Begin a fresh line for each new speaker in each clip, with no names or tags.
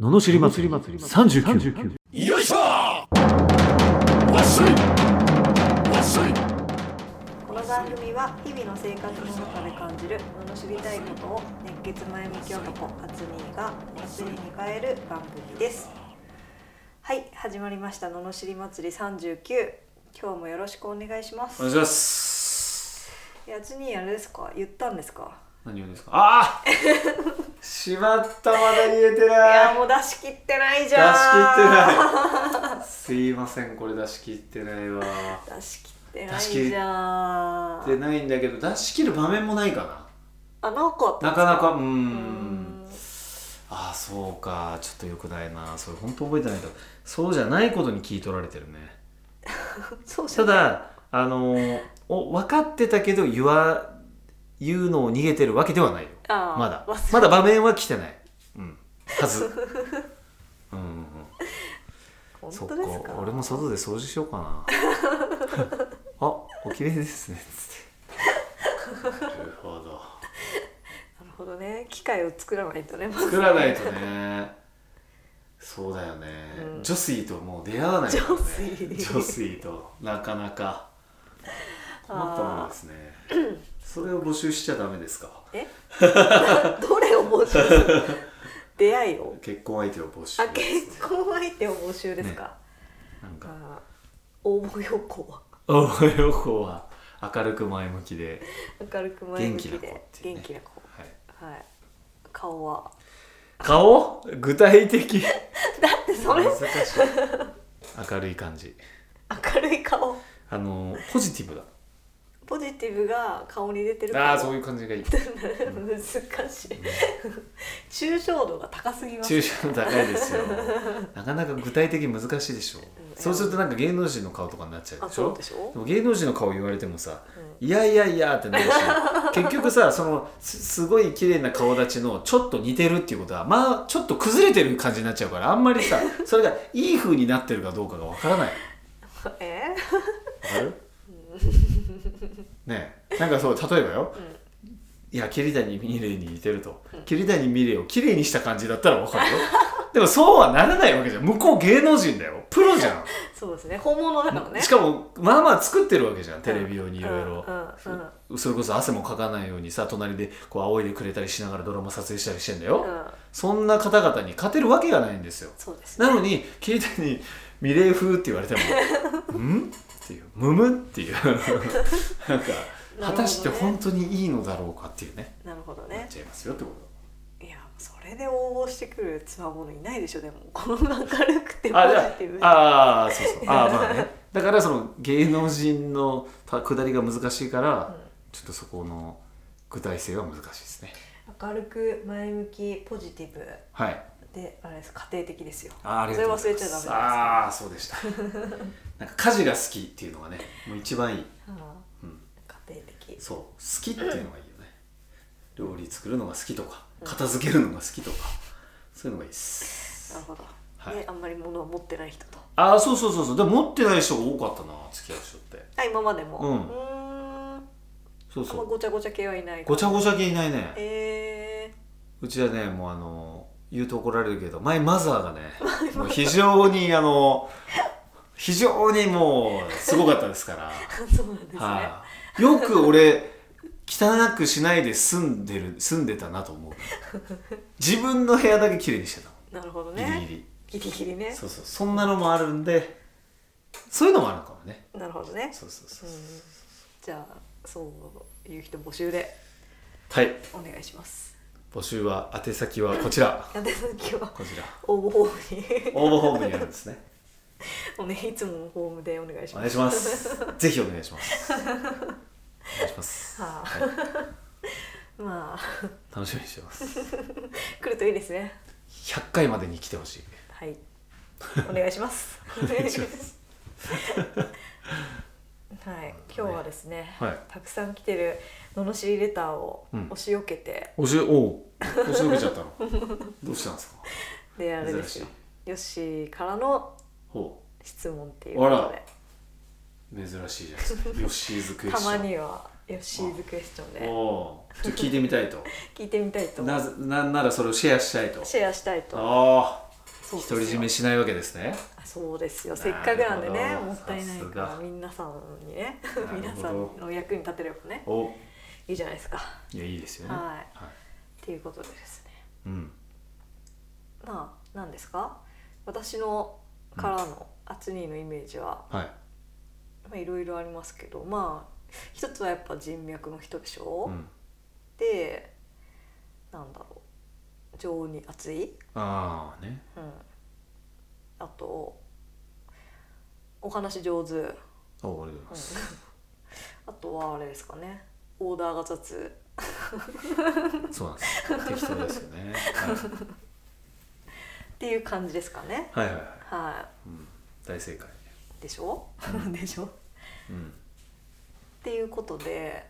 ののしり祭り39
よいしょわっしょいわっしょい
この番組は日々の生活の中で感じる罵りたいことを熱血前向き男アツミーが祭りに変える番組ですはい始まりました罵り祭り39今日もよろしくお願いしま
お
す
願いします
えアツミーあれですか言ったんですか
何をですかああしまったまだ言えて
いや
ない
もう出し切ってない
出
じ
し切
ゃん
ってないすいませんこれ出し切ってないわ
出し切ってないじゃん
でないんだけど出し切る場面もないか
あなんかあっ
なん
たです
なかなかうーん
うーん
ああそうかちょっとよくないなそれ本当覚えてないけどそうじゃないことに聞い取られてるね
そうじ
た
ゃない
だあのーお分かってたけど言わ言うのを逃げてるわけではないよ
あー
まだ
忘れ
まだ場面は来てない、うん、は ずうんうんうん
本
そっ
当ですか
俺も外で掃除しようか なあお綺麗ですねつってなるほど
なるほどね機械を作らないとねまず
作らないとねそうだよね、
うん
ジョスイともう出会わないからね
ジョスイ
ジョスイとなかなか困ったものですねそれを募集しちゃダメですか
え どれを募集する出会いを
結婚相手を募集
あ結婚相手を募集ですか、
なんか
あー応募要項は
応募要項は明るく前向きで、
明るく前向き
元
で
気な子っていうね
元気な子
はい、
はい顔は
顔具体的
だってそれ
難しい明るい感じ
明るい顔
あのポジティブだ
ポジティブが顔に出てる
ああーそう
う
いう感じがいい
難しい抽象度が高すぎます
抽象度高いですよなかなか具体的に難しいでしょそうするとなんか芸能人の顔とかになっちゃう
あ
でし
そう
ょ
でしょ
でも芸能人の顔言われてもさ「いやいやいや」ってなるし 結局さそのすすごい綺麗な顔立ちのちょっと似てるっていうことはまあちょっと崩れてる感じになっちゃうからあんまり さそれがいい風になってるかどうかがわからない
え
わかるねえなんかそう例えばよ、いや桐谷美玲に似てると、桐谷美玲を綺麗にした感じだったらわかるよ でもそうはならないわけじゃん向こう芸能人だよプロじゃん、
そうですね本物だからね
しかもまあまあ作ってるわけじゃんテレビ用にいろいろ
うんうんうん
それこそ汗もかかないようにさ隣でこう仰いでくれたりしながらドラマ撮影したりしてんだよ、
うん
そんな方々に勝てるわけがないんですよ
そうですね
なのに桐谷美玲風って言わ れても「ん?」っていう「むむ?」っていうなんか
どね
果たして本当にいいのだろうかっていうね
なるほど
なっ
ね
ちゃいますよってこ
いやそれで応募してくるつわものいないでしょでもこの明るくて
と
ポ
あ
ジ
じ
ティブ
ゃああーそうそうあーまあねだからその芸能人のた下りが難しいから、ちょっとそこの具体性は難しいですね
明るく前向きポジティブ
はい
であれです家庭的ですよ
あーありがとうございます
それ忘れちゃダメです
ああーそうでした なんか家事が好きっていうのがねもう一番いい
あ
うん
あ家庭的
そう好きっていうのがいいよね料理作るのが好きとか片付けるのが好きとかそういうのがいいっす
なるほど、
はい
であんまり物を持ってない人と
ああそうそうそうそうでも持ってない人が多かったな付き合う人って
あ今までも
うん
ーんあん
そうそ
ま
う
ごちゃごちゃ系はいない
ごちゃごちゃ系いないね
え
うちはねもうあの言うと怒られるけどマイマザーがねもう非常にあの非常にもうすごかったですから
ー、そうなんですね、
はい、よく俺汚くしないで住んでる住んでたなと思う自分の部屋だけ綺麗にしてたの
なるほど
ギリ
ね
ギリ
ギリギリね
そうそうそんなのもあるんでそういうのもあるのかもね
なるほどね
そうそうそううん
じゃあそういう人募集で
はい
お願いします
募集は宛先はこちら
やって時は
こちら
応募フォームに
応募ホームにあるんですね
おねいつものフォームでお願いし
お
ます
願いしますぜひお願いしますお願いします、
は
はい、
あ、まあ
楽しみにしてます
来るといいですね
100回までに来てほしい
はいお願いします
お願いします
はい今日はですね、
はい
たくさん来てる罵りレターを
うん
押しよけて、
おしおう押しのけちゃったのどうしたんですか
であれですよヨッシーからの
ほ
質問っていうこ
あ
と
ら
で
う珍しいじゃないですかヨッシーズクエス
た
チョン
まにはヨッシーズクエスチョンで
おうち ょっと聞いてみたいと
聞いてみたいと
なぜなんならそれをシェアしたいと
シェアしたいと
ああ
そうですよ
独り占めしないわけですね
あそうですよせっかくなんで
なる
ね
ほど
もったいないか
さす
ら
が
皆さんにね
るほど
皆さんの役に立てればね
お
いいじゃないですかっ
いやいいですよね
はい
は
ていうことでですね
いうん
まあ何ですか私のからのアツニーのイメージは
はい
まあいろいろありますけどまあ一つはやっぱ人脈の人でしょ、
うん
でなんだろう情に熱い、
ああね
うん、あとお話上手、うん、
あありがとうございます
あとはあれですかねオーダーが雑
そうなんですよ適当ですよね
っていう感じですかね
はいはいはいはい、
は
うん、大正解
いでし ょでしょっ
うん
ていうことで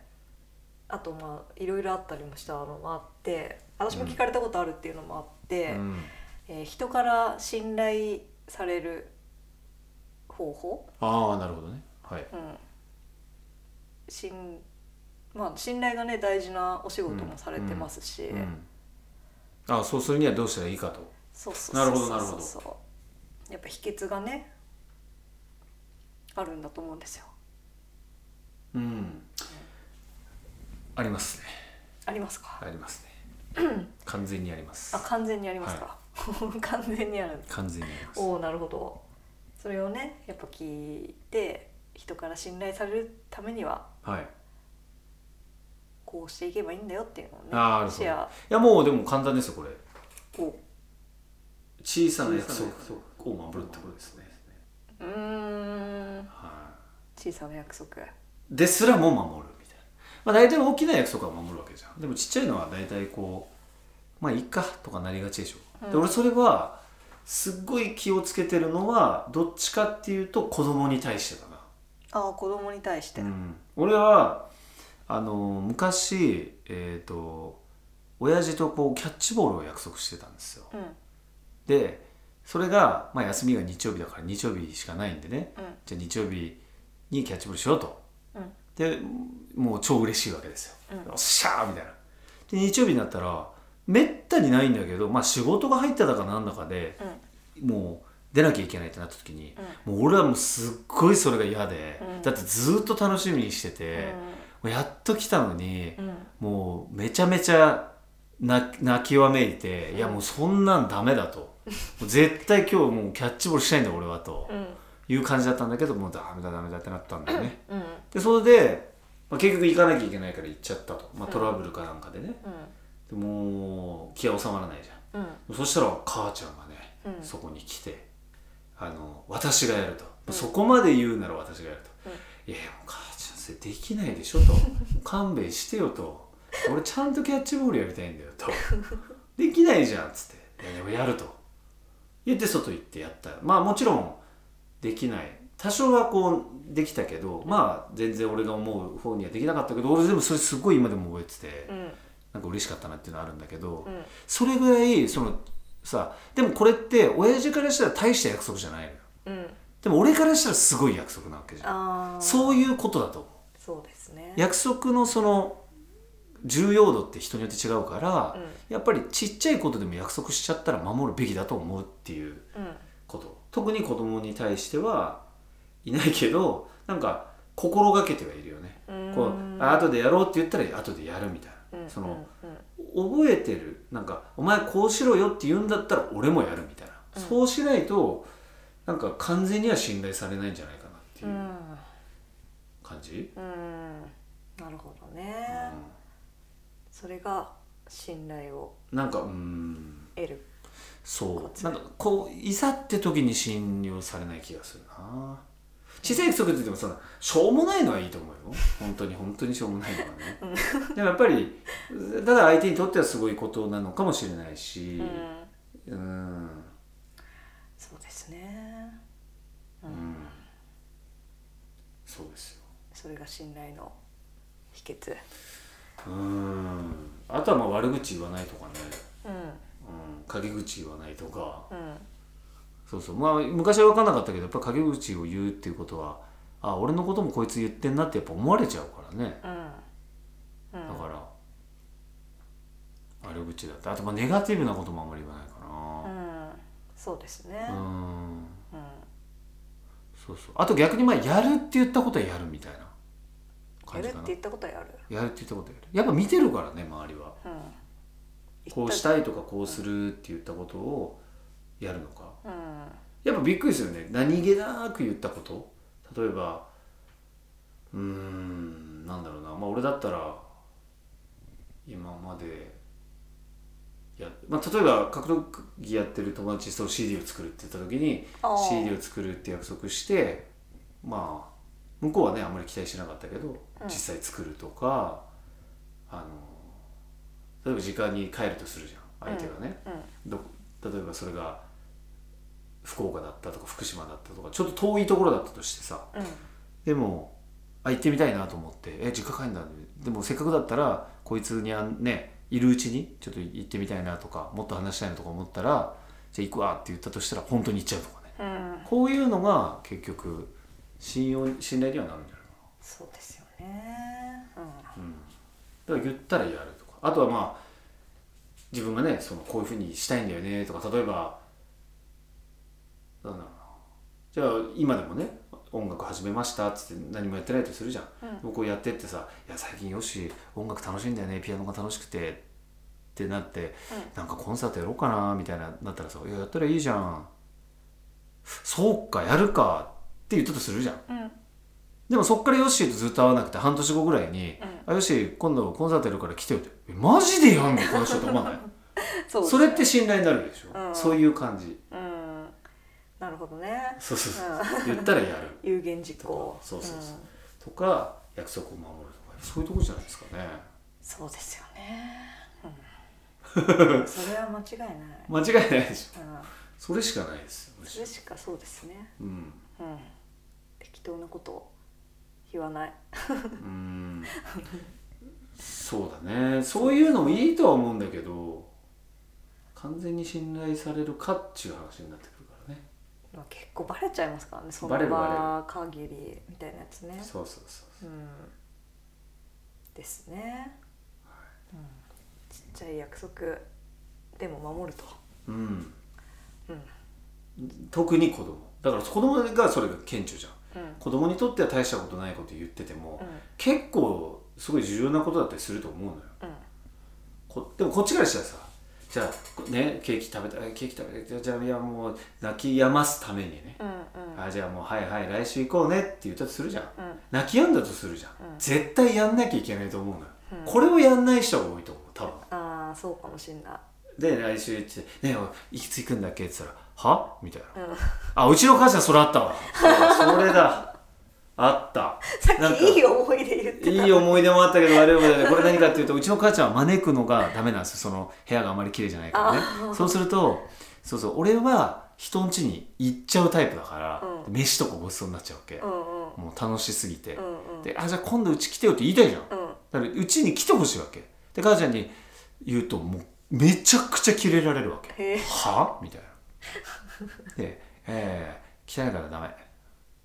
あとまあいろいろあったりもしたのもあって私も聞かれたことあるっていうのもあって、
うん
えー人から信頼される方法、
ああなるほどねはい
うん信まあ、信頼がね大事なお仕事もされてますし、
うんああそうするにはどうしたらいいかと
そうそうそう
なるほど
そ
な
う
る
そ
ほ
う
ど
そうやっぱ秘訣がねあるんだと思うんですよ
うんありますね
ありますか、
あり ますね完全にあります
あ完全にありますか、 完全にある
完全にあります
おおなるほどそれをねやっぱ聞いて人から信頼されるためには
はい
こうしていけばいいんだよっていうのをね
あーなるほど
シェア
いやもうでも簡単ですよこれ
を
小さな約束を守るってことですね
うーん
は
小さな約束
いですらも守るみたいなまあ大体大きな約束は守るわけじゃんでもちっちゃいのは大体こうまあいいかとかなりがちでしょ、で俺それはすっごい気をつけてるのはどっちかっていうと子供に対してだな
ああ子供に対して、
うん、俺はあの昔えっ、と親父とこうキャッチボールを約束してたんですよ
うん
でそれが、まあ、休みが日曜日だから日曜日しかないんでね
うん
じゃあ日曜日にキャッチボールしようと
うん
でもう超嬉しいわけですよ、
うん
よっしゃーみたいなで日曜日になったらめったにないんだけど、まあ、仕事が入っただかなんだかで
うん
もう出なきゃいけないってなった時に、もう俺はもうすっごいそれが嫌で、
うん
だってずっと楽しみにしてて、もうやっと来たのに、
うんうん
もうめちゃめちゃ泣泣きわめいて、いやもうそんなんダメだともう絶対今日もうキャッチボールしたいんだ俺はと
うん
いう感じだったんだけどもうダメだダメだってなったんだよね
うんうん
でそれで、まあ、結局行かなきゃいけないから行っちゃったと、まあ、トラブルかなんかでね、でもう気は収まらないじゃん
うん
そしたら母ちゃんがね、
うん
そこに来てあの私がやると、そこまで言うなら私がやると、いやいやもう母ちゃんそれできないでしょ と勘弁してよと俺ちゃんとキャッチボールやりたいんだよ とできないじゃんっつっていやでもやると言って外行ってやったまあもちろんできない多少はこうできたけど、まあ全然俺が思う方にはできなかったけど俺でもそれすごい今でも覚えてて、
うんうん
なんか嬉しかったなっていうのはあるんだけど、
うん
それぐらいそのさでもこれって親父からしたら大した約束じゃないのよ
うん
でも俺からしたらすごい約束なわけじゃん
ああ
そういうことだと思う
そうですね
約束のその重要度って人によって違うから、
うん
やっぱりちっちゃいことでも約束しちゃったら守るべきだと思うっていう
うん
こと特に子供に対してはいないけどなんか心がけてはいるよね、
うん
こうあ後でやろうって言ったら後でやるみたいな、
うん
その、
うんうん
覚えてるなんかお前こうしろよって言うんだったら俺もやるみたいな、
うん
そうしないとなんか完全には信頼されないんじゃないかなって
う
いうん感じ、
うんなるほど
う
ねそれが信頼を
んなんかうん
得るこ
そう
っち
なんかこういざって時に信用されない気がするな小さい約束って言ってもそんなしょうもないのはいいと思うよ本当に本当にしょうもないのはね、でもやっぱりただ相手にとってはすごいことなのかもしれないしう
うん
ん
そうですね
うんそうですよ
それが信頼の秘訣
うーんあとはまあ悪口言わないとかね、
うん
うん、陰口言わないとか
うん
そうそうまあ昔は分かんなかったけどやっぱ陰口を言うっていうことはあ俺のこともこいつ言ってんなってやっぱ思われちゃうからね
うんう
だ
ん
から悪口だったあとまあネガティブなこともあんまり言わないかな、
うんそうですね
う。ん
うん。
そうそうあと逆にまあやるって言ったことはやるみたいな
や
感
る
じ
っ
か
て
な
言ったことはやる。
やるって言ったことはやるやっぱ見てるからね周りは
うん。
こうし
い。
たいとかこうするって言ったことをやるのか
うん。
やっぱびっくりするよね何気なく言ったこと例えばうーんなんだろうなまあ俺だったら今までや、まあ、例えば格闘技やってる友達と CD を作るって言った時に
あー
CD を作るって約束してまあ向こうはねあんまり期待しなかったけど
ん
実際作るとか、あの例えば時間に帰るとするじゃん相手がね、
うん。
ど例えばそれが福岡だったとか福島だったとかちょっと遠いところだったとしてさ
うん。
でもあ行ってみたいなと思ってえ実家帰んだでもせっかくだったらこいつにあんねいるうちにちょっと行ってみたいなとかもっと話したいなとか思ったらじゃあ行くわって言ったとしたら本当に行っちゃうとかね
うん。
こういうのが結局信用信頼にはなるんじゃないかな
そうですよね。う
うんだから言ったらやるとかあとはまあ自分がねそのこういうふうにしたいんだよねとか例えばなんだろうなじゃあ今でもね音楽始めましたっつって何もやってないとするじゃん、
うん
僕をやってってさ「いや最近よし音楽楽しいんだよねピアノが楽しくて」ってなって、
う
なんかコンサートやろうかなみたいななったらさ「いややったらいいじゃんそうかやるか」って言ったとするじゃん
ん。うん。
でもそっからヨッシーとずっと会わなくて半年後ぐらいに「あヨッシー今度コンサートやるから来てよ」って「えマジでやんのこの人」と思わない
そうですね
それっ。て信頼になるでしょ、
うん
そういう感じ
うん。なるほどね。
そうそうそう
う
言ったらやる
ん。有言実行。。
そうそうそうんとか約束を守るとかそういうとこじゃないですかね
そうですよね。 うん、それは間違いない。
間違いないでしょ
うん、
それしかないですよむし
そ
ろ
れしかそうですね。
うん
うん、適当なことを言わない。
うーんそうだねそういうのもいいとは思うんだけど完全に信頼されるかっちゅう話になってくるからね
まあ、結構バレちゃいますからね。その
バレる
場限りみたいなやつね。
そうそうそう
うん、ですね、うん。ちっちゃい約束でも守ると。
うん
うん、
特に子供だから子供がそれが顕著じゃん
うん、
子供にとっては大したことないこと言ってても、結構すごい重要なことだったりすると思うのよ
うん、
こでもこっちからしたらさじゃあねケーキ食べたいケーキ食べたいじゃあいやもう泣き止ますためにね、
うん、うん、
あじゃあもうはいはい来週行こうねって言ったとするじゃん
うん、
泣き止んだとするじゃん、
うん
絶対やんなきゃいけないと思うのよ、
うん
これをやんない人が多いと思う多分
ああ、そうかもしれな
で来週行って「ねえおいいつ行くんだっけ?」って言ったら「は?」みたいな。
い。うん。
あ、うちの母さんそれあったわ。そうそれだ。あった。
さ
なん
っ
か
きいい思い出言ってた。
いい思い出もあったけど悪い思い出でこれ何かっていうとうちの母ちゃんは招くのがダメなんですよその部屋があまり綺麗じゃないからねそうするとそうそう俺は人ん家に行っちゃうタイプだから、
う
飯とかごちそうになっちゃうわけ、
うんうん。
もう楽しすぎて、
うんうん
であじゃあ今度うち来てよって言いたいじゃん
うん
だからうちに来てほしいわけで母ちゃんに言うともうめちゃくちゃキレられるわけ
へえ
はみたいな。で、えー、汚いからダメ。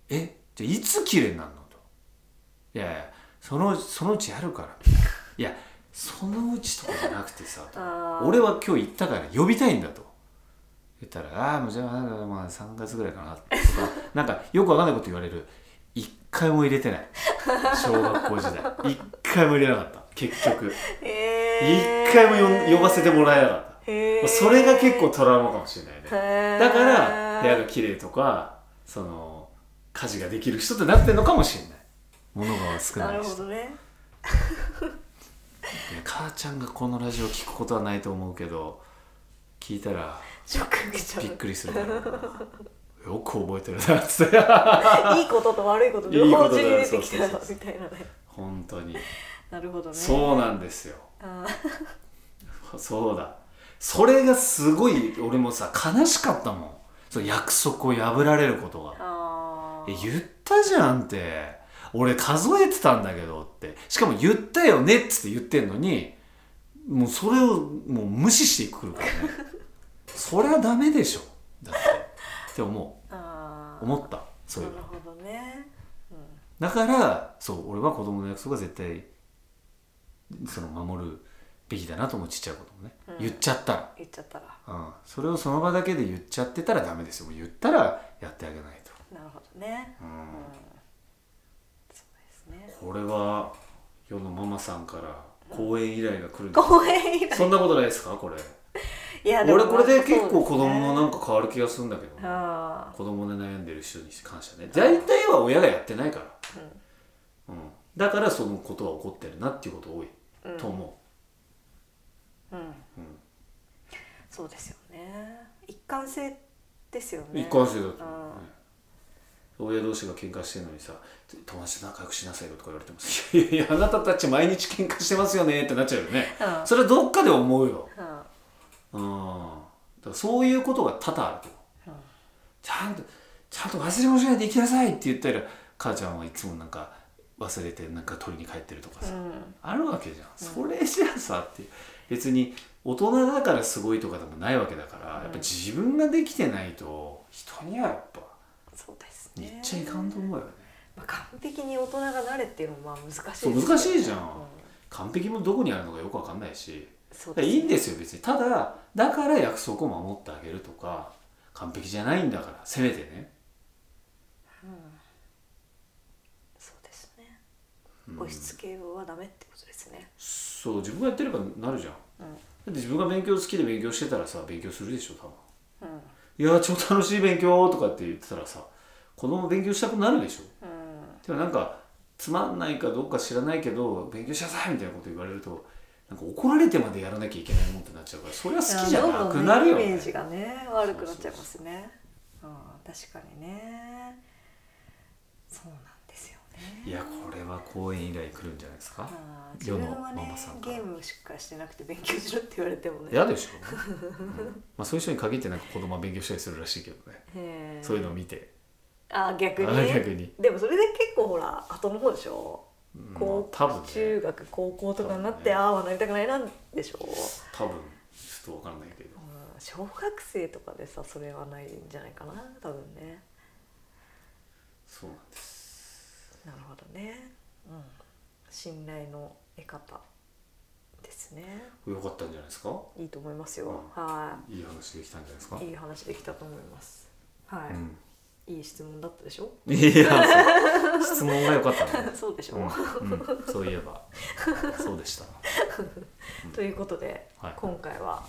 えじゃあいつ綺麗になるのと。いやいや、そのそのうちやるから。いや、そのうちとかじゃなくてさ、と
あー
俺は今日行ったから呼びたいんだと。言ったら、ああ、もうじゃあ、まあ、3月ぐらいかなとか、なんかよくわかんないこと言われる。一回も入れてない。小学校時代。一回も入れなかった。結局。
へ
一
ー
回も呼ん呼ばせてもらえなかった。
へー
それが結構トラウマかもしれないね
へー
だから部屋が綺麗とかその家事ができる人ってなってるのかもしれない物が少
な
ない
る
人
ほどね
いや母ちゃんがこのラジオ聞くことはないと思うけど聞いたら
ショック受けちゃ
びっ
う
くりするだろうなよく覚えてるなっつって
いいことと悪いこと
いい
両
こ
方
とだ
に出てきた
そうそうそう
みたいなね
本当に
なるほどね
そうなんですよ
あ
そうだそれがすごい俺もさ悲しかったもんそう約束を破られることが
ーあ
え
ー
言ったじゃんって俺数えてたんだけどってしかも言ったよねっつって言ってんのにもうそれをもう無視してくるからね それはダメでしょだってって思
あ
う思ったそうい
な
う
るほどねうん
だからそう俺は子供の約束は絶対その守るべきだなと思うちっちゃいこともね、
うん
言っちゃったら、
言っちゃったら
うん、それをその場だけで言っちゃってたらダメですよもう言ったらやってあげないと、
なるほどね
う
うん
ん、
そうですね
これは世のママさんから講演依頼が来るんです
公園以来
そんなことないですかこれ
いや
俺これで結構子供のなん
か
か変わる気がするんだけど、
あ
子供で悩んでる人に感謝ね大体は親がやってないから、うんだからそのことは起こってるなっていうこと多い
あうん
と思
うん、
う、うん
そうですよね一貫性ですよね
一貫性だと思
あ
う、ね、親同士が喧嘩してるのにさ「友達と仲良くしなさいよ」とか言われてもさ「いやいやあなたたち毎日喧嘩してますよね」ってなっちゃうよね
うん
それはどっかで思うよ、
うん
うん、だからそういうことが多々あると思う、
うん
ちゃんとちゃんと忘れもしないで行きなさいって言ったら母ちゃんはいつもなんか忘れてなんか取りに帰ってるとかさ、
うん
あるわけじゃんそれじゃあさって別に大人だからすごいとかでもないわけだから、
うん
やっぱ自分ができてないと人にはやっぱ
そうです
言っ
ね
ちゃいかんと思うよね、
まあ、完璧に大人がなれっていうのもまあ難しいです
そ
よ
う
ね
難しいじゃん
うん
完璧もどこにあるのかよくわかんないし
そう
だから
ね
いいんですよ別にただだから約束を守ってあげるとか完璧じゃないんだからせめてね、
そうですね
うん
押し付けはダメってことですね
そう自分がやってればなるじゃん、
う
だ
ん
って自分が勉強好きで勉強してたらさ勉強するでしょ多分
うん
いやー超楽しい勉強とかって言ってたらさ子供勉強したくなるでしょ
うん
でもなんかつまんないかどうか知らないけど勉強しなさいみたいなこと言われるとなんか怒られてまでやらなきゃいけないもんってなっちゃうからそれは好きじゃなくなるよ
どんどんねイメ
ね
ージがね悪くなっちゃいますねうん確かにねそうなんですよね
いやこれは講演以来来るんじゃないですか
あー自
世の
分はね
ママさんか
ゲ
ら
ームしかしてなくて勉強しろって言われてもね
嫌でしょ、うんまあ、そういう人に限ってなんか子供は勉強したりするらしいけどね
へー
そういうのを見て
あー逆
あ
に
ー逆に
でもそれで結構ほら後の方でしょ
うんまあ
高
多分ね
中学高校とかになっ
多分
て、
ね
ああはなりたくないなんでしょう、
多分ちょっと分からないけど
うん、小学生とかでさそれはないんじゃないかな多分ね
そうなんです
なるほどね、うん、信頼の得方ですね
よかったんじゃないですか
いいと思いますよ、
うん
はい
い話できたんじゃないですか
いいい話できたと思いますはい、いい質問だったでしょ
うん、いやそう質問が良かったね
そうでしょ、
うんうんそういえばそうでした
ということで、
はい
今回は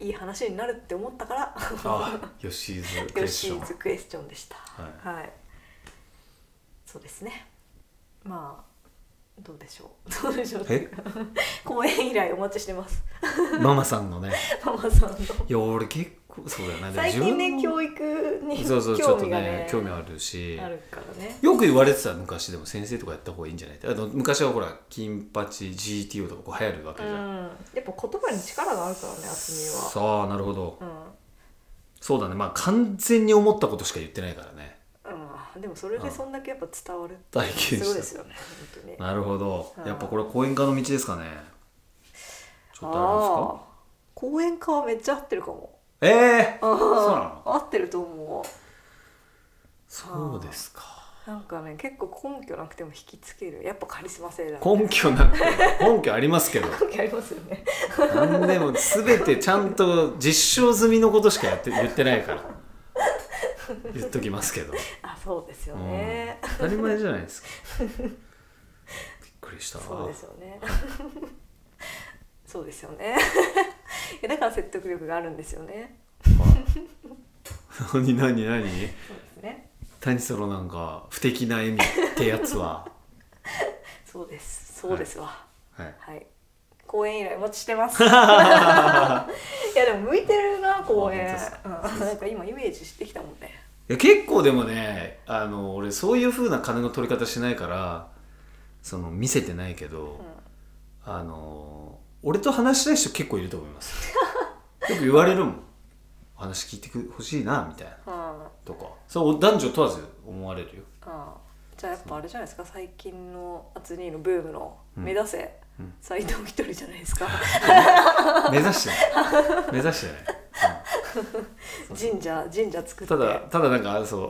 いい話になるって思ったから
あ吉井ズクエスチ
吉
ョ
井
ン
ズクエスチョンでした。、
はい
そうですね。まあどうでしょう。ど うでしょう。
え
公演以来お待ちしてます。
ママさんのね
ママさんの。
いや俺結構そうだよねでも
最近ね
自分の
教育に
そうそうちょ
興
っと
味がね
ね興味あるし
あるからね。
よく言われてた昔でも先生とかやった方がいいんじゃないってあの昔はほら金八 GTO とかこう流行るわけ
うん
じゃん、。
やっぱ言葉に力があるからね厚みは。
さあなるほど
う
そうだねまあ完全に思ったことしか言ってないからね
ん。うん。でもそれでそんだけやっぱ伝わる。
体験
す
し
ごい
た
ですよね。本当に。
なるほど
うん
やっぱこれ講演家の道ですかねちょっとあるんですか
あー。講演家はめっちゃ合ってるかも。
ええ
あ
そうなの
合ってると思う。
そうですか
なんかね結構根拠なくても引きつけるやっぱカリスマ性だ、ね、
根拠なくて根拠ありますけど
根拠ありますよね
何でも全てちゃんと実証済みのことしかやって言ってないから言っときますけど、
あそうですよ
うん
ね、
当たり前じゃないですかびっくりした
そうですよねそうですよねいやだから説得力があるんですよね
はい 何何何
そうですね
何そのなんか不敵な笑みってやつは
そうですそうですわは
はい
い、公演以来お待ちしてま すいやでも向いてるな公演
あ
うんなんか今イメージしてきたもんね
いや結構でもねあの俺そういう風な金の取り方しないからその見せてないけど、あの俺と話したい人結構いると思います よく言われるもん話聞いてくほしいなみたいな
うん、うん
とかそう男女問わず思われるよ
ああじゃあやっぱあれじゃないですか最近のアツニーのブームの
うん
目指せ
うん
斎藤一人じゃない ですか
目指してない目指してない、
神社神社作
うん
っ
た
て
だただなんかあ そう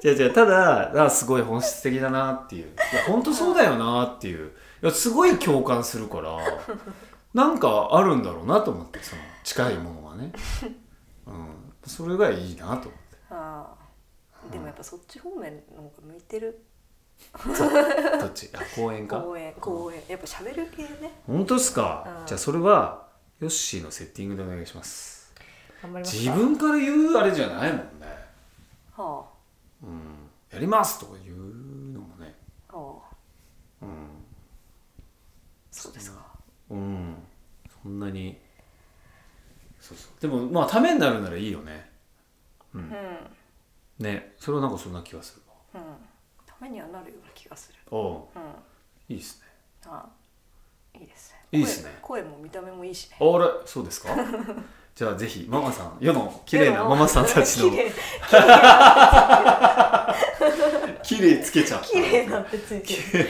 違う違うただあすごい本質的だなっていういや本当そうだよなっていうやすごい共感するからなんかあるんだろうなと思ってその近いものはね、うん、それがいいなと思って
あーでもやっぱそっち方面の方が向いてる
どっ ちあ公園か
公演公演やっぱ喋る系ね
本当ですか、
うん
じゃあそれはヨッシーのセッティングでお願いします
頑張りまし
自
た
分から言うあれじゃないもんね、
は
うん、やりますとか言うのもね
あはあ
うん
そうですか
うんそんなにそうそうでもまあためになるならいいよね
うんうん
ねそれはなんかそんな気がする
ためにはなるような気がする
わお
うん
いいですね
あいいですね
いいっすね
声声も見た目もいいしね
あれそうです かじゃあぜひママさん世の綺麗なママさんたち の
綺麗
綺麗つけちゃった
綺麗なんてついてる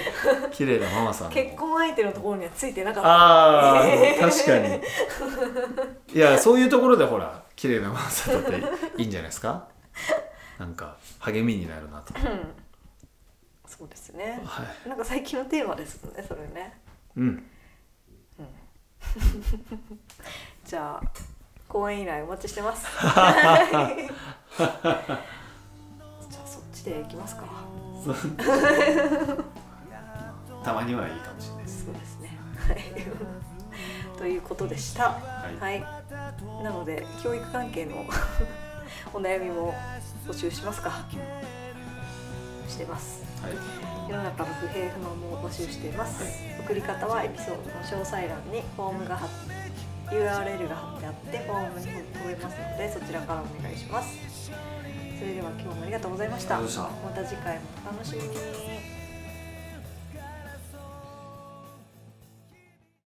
綺麗なママさんの
結婚相手のところにはついてなかった
あ あ確かにいやそういうところでほら綺麗なママさんだっていいんじゃないです かなんか励みになるなと
うんそうですね
はい
なんか最近のテーマですねそれね
うん
じゃあ公演以来お待ちしてますじゃあそっちで行きますか
たまにはいいかもしれないです
そうですねはいということでした
はい
はいなので教育関係の お悩みも募集しますかしてます
はい
世の中の不平不満も募集しています、送り方はエピソードの詳細欄にフォームが貼っ URL が貼ってあってフォームに飛べますのでそちらからお願いしますそれでは今日もありがとうございました
ありがとうございま
また次回もお楽しみに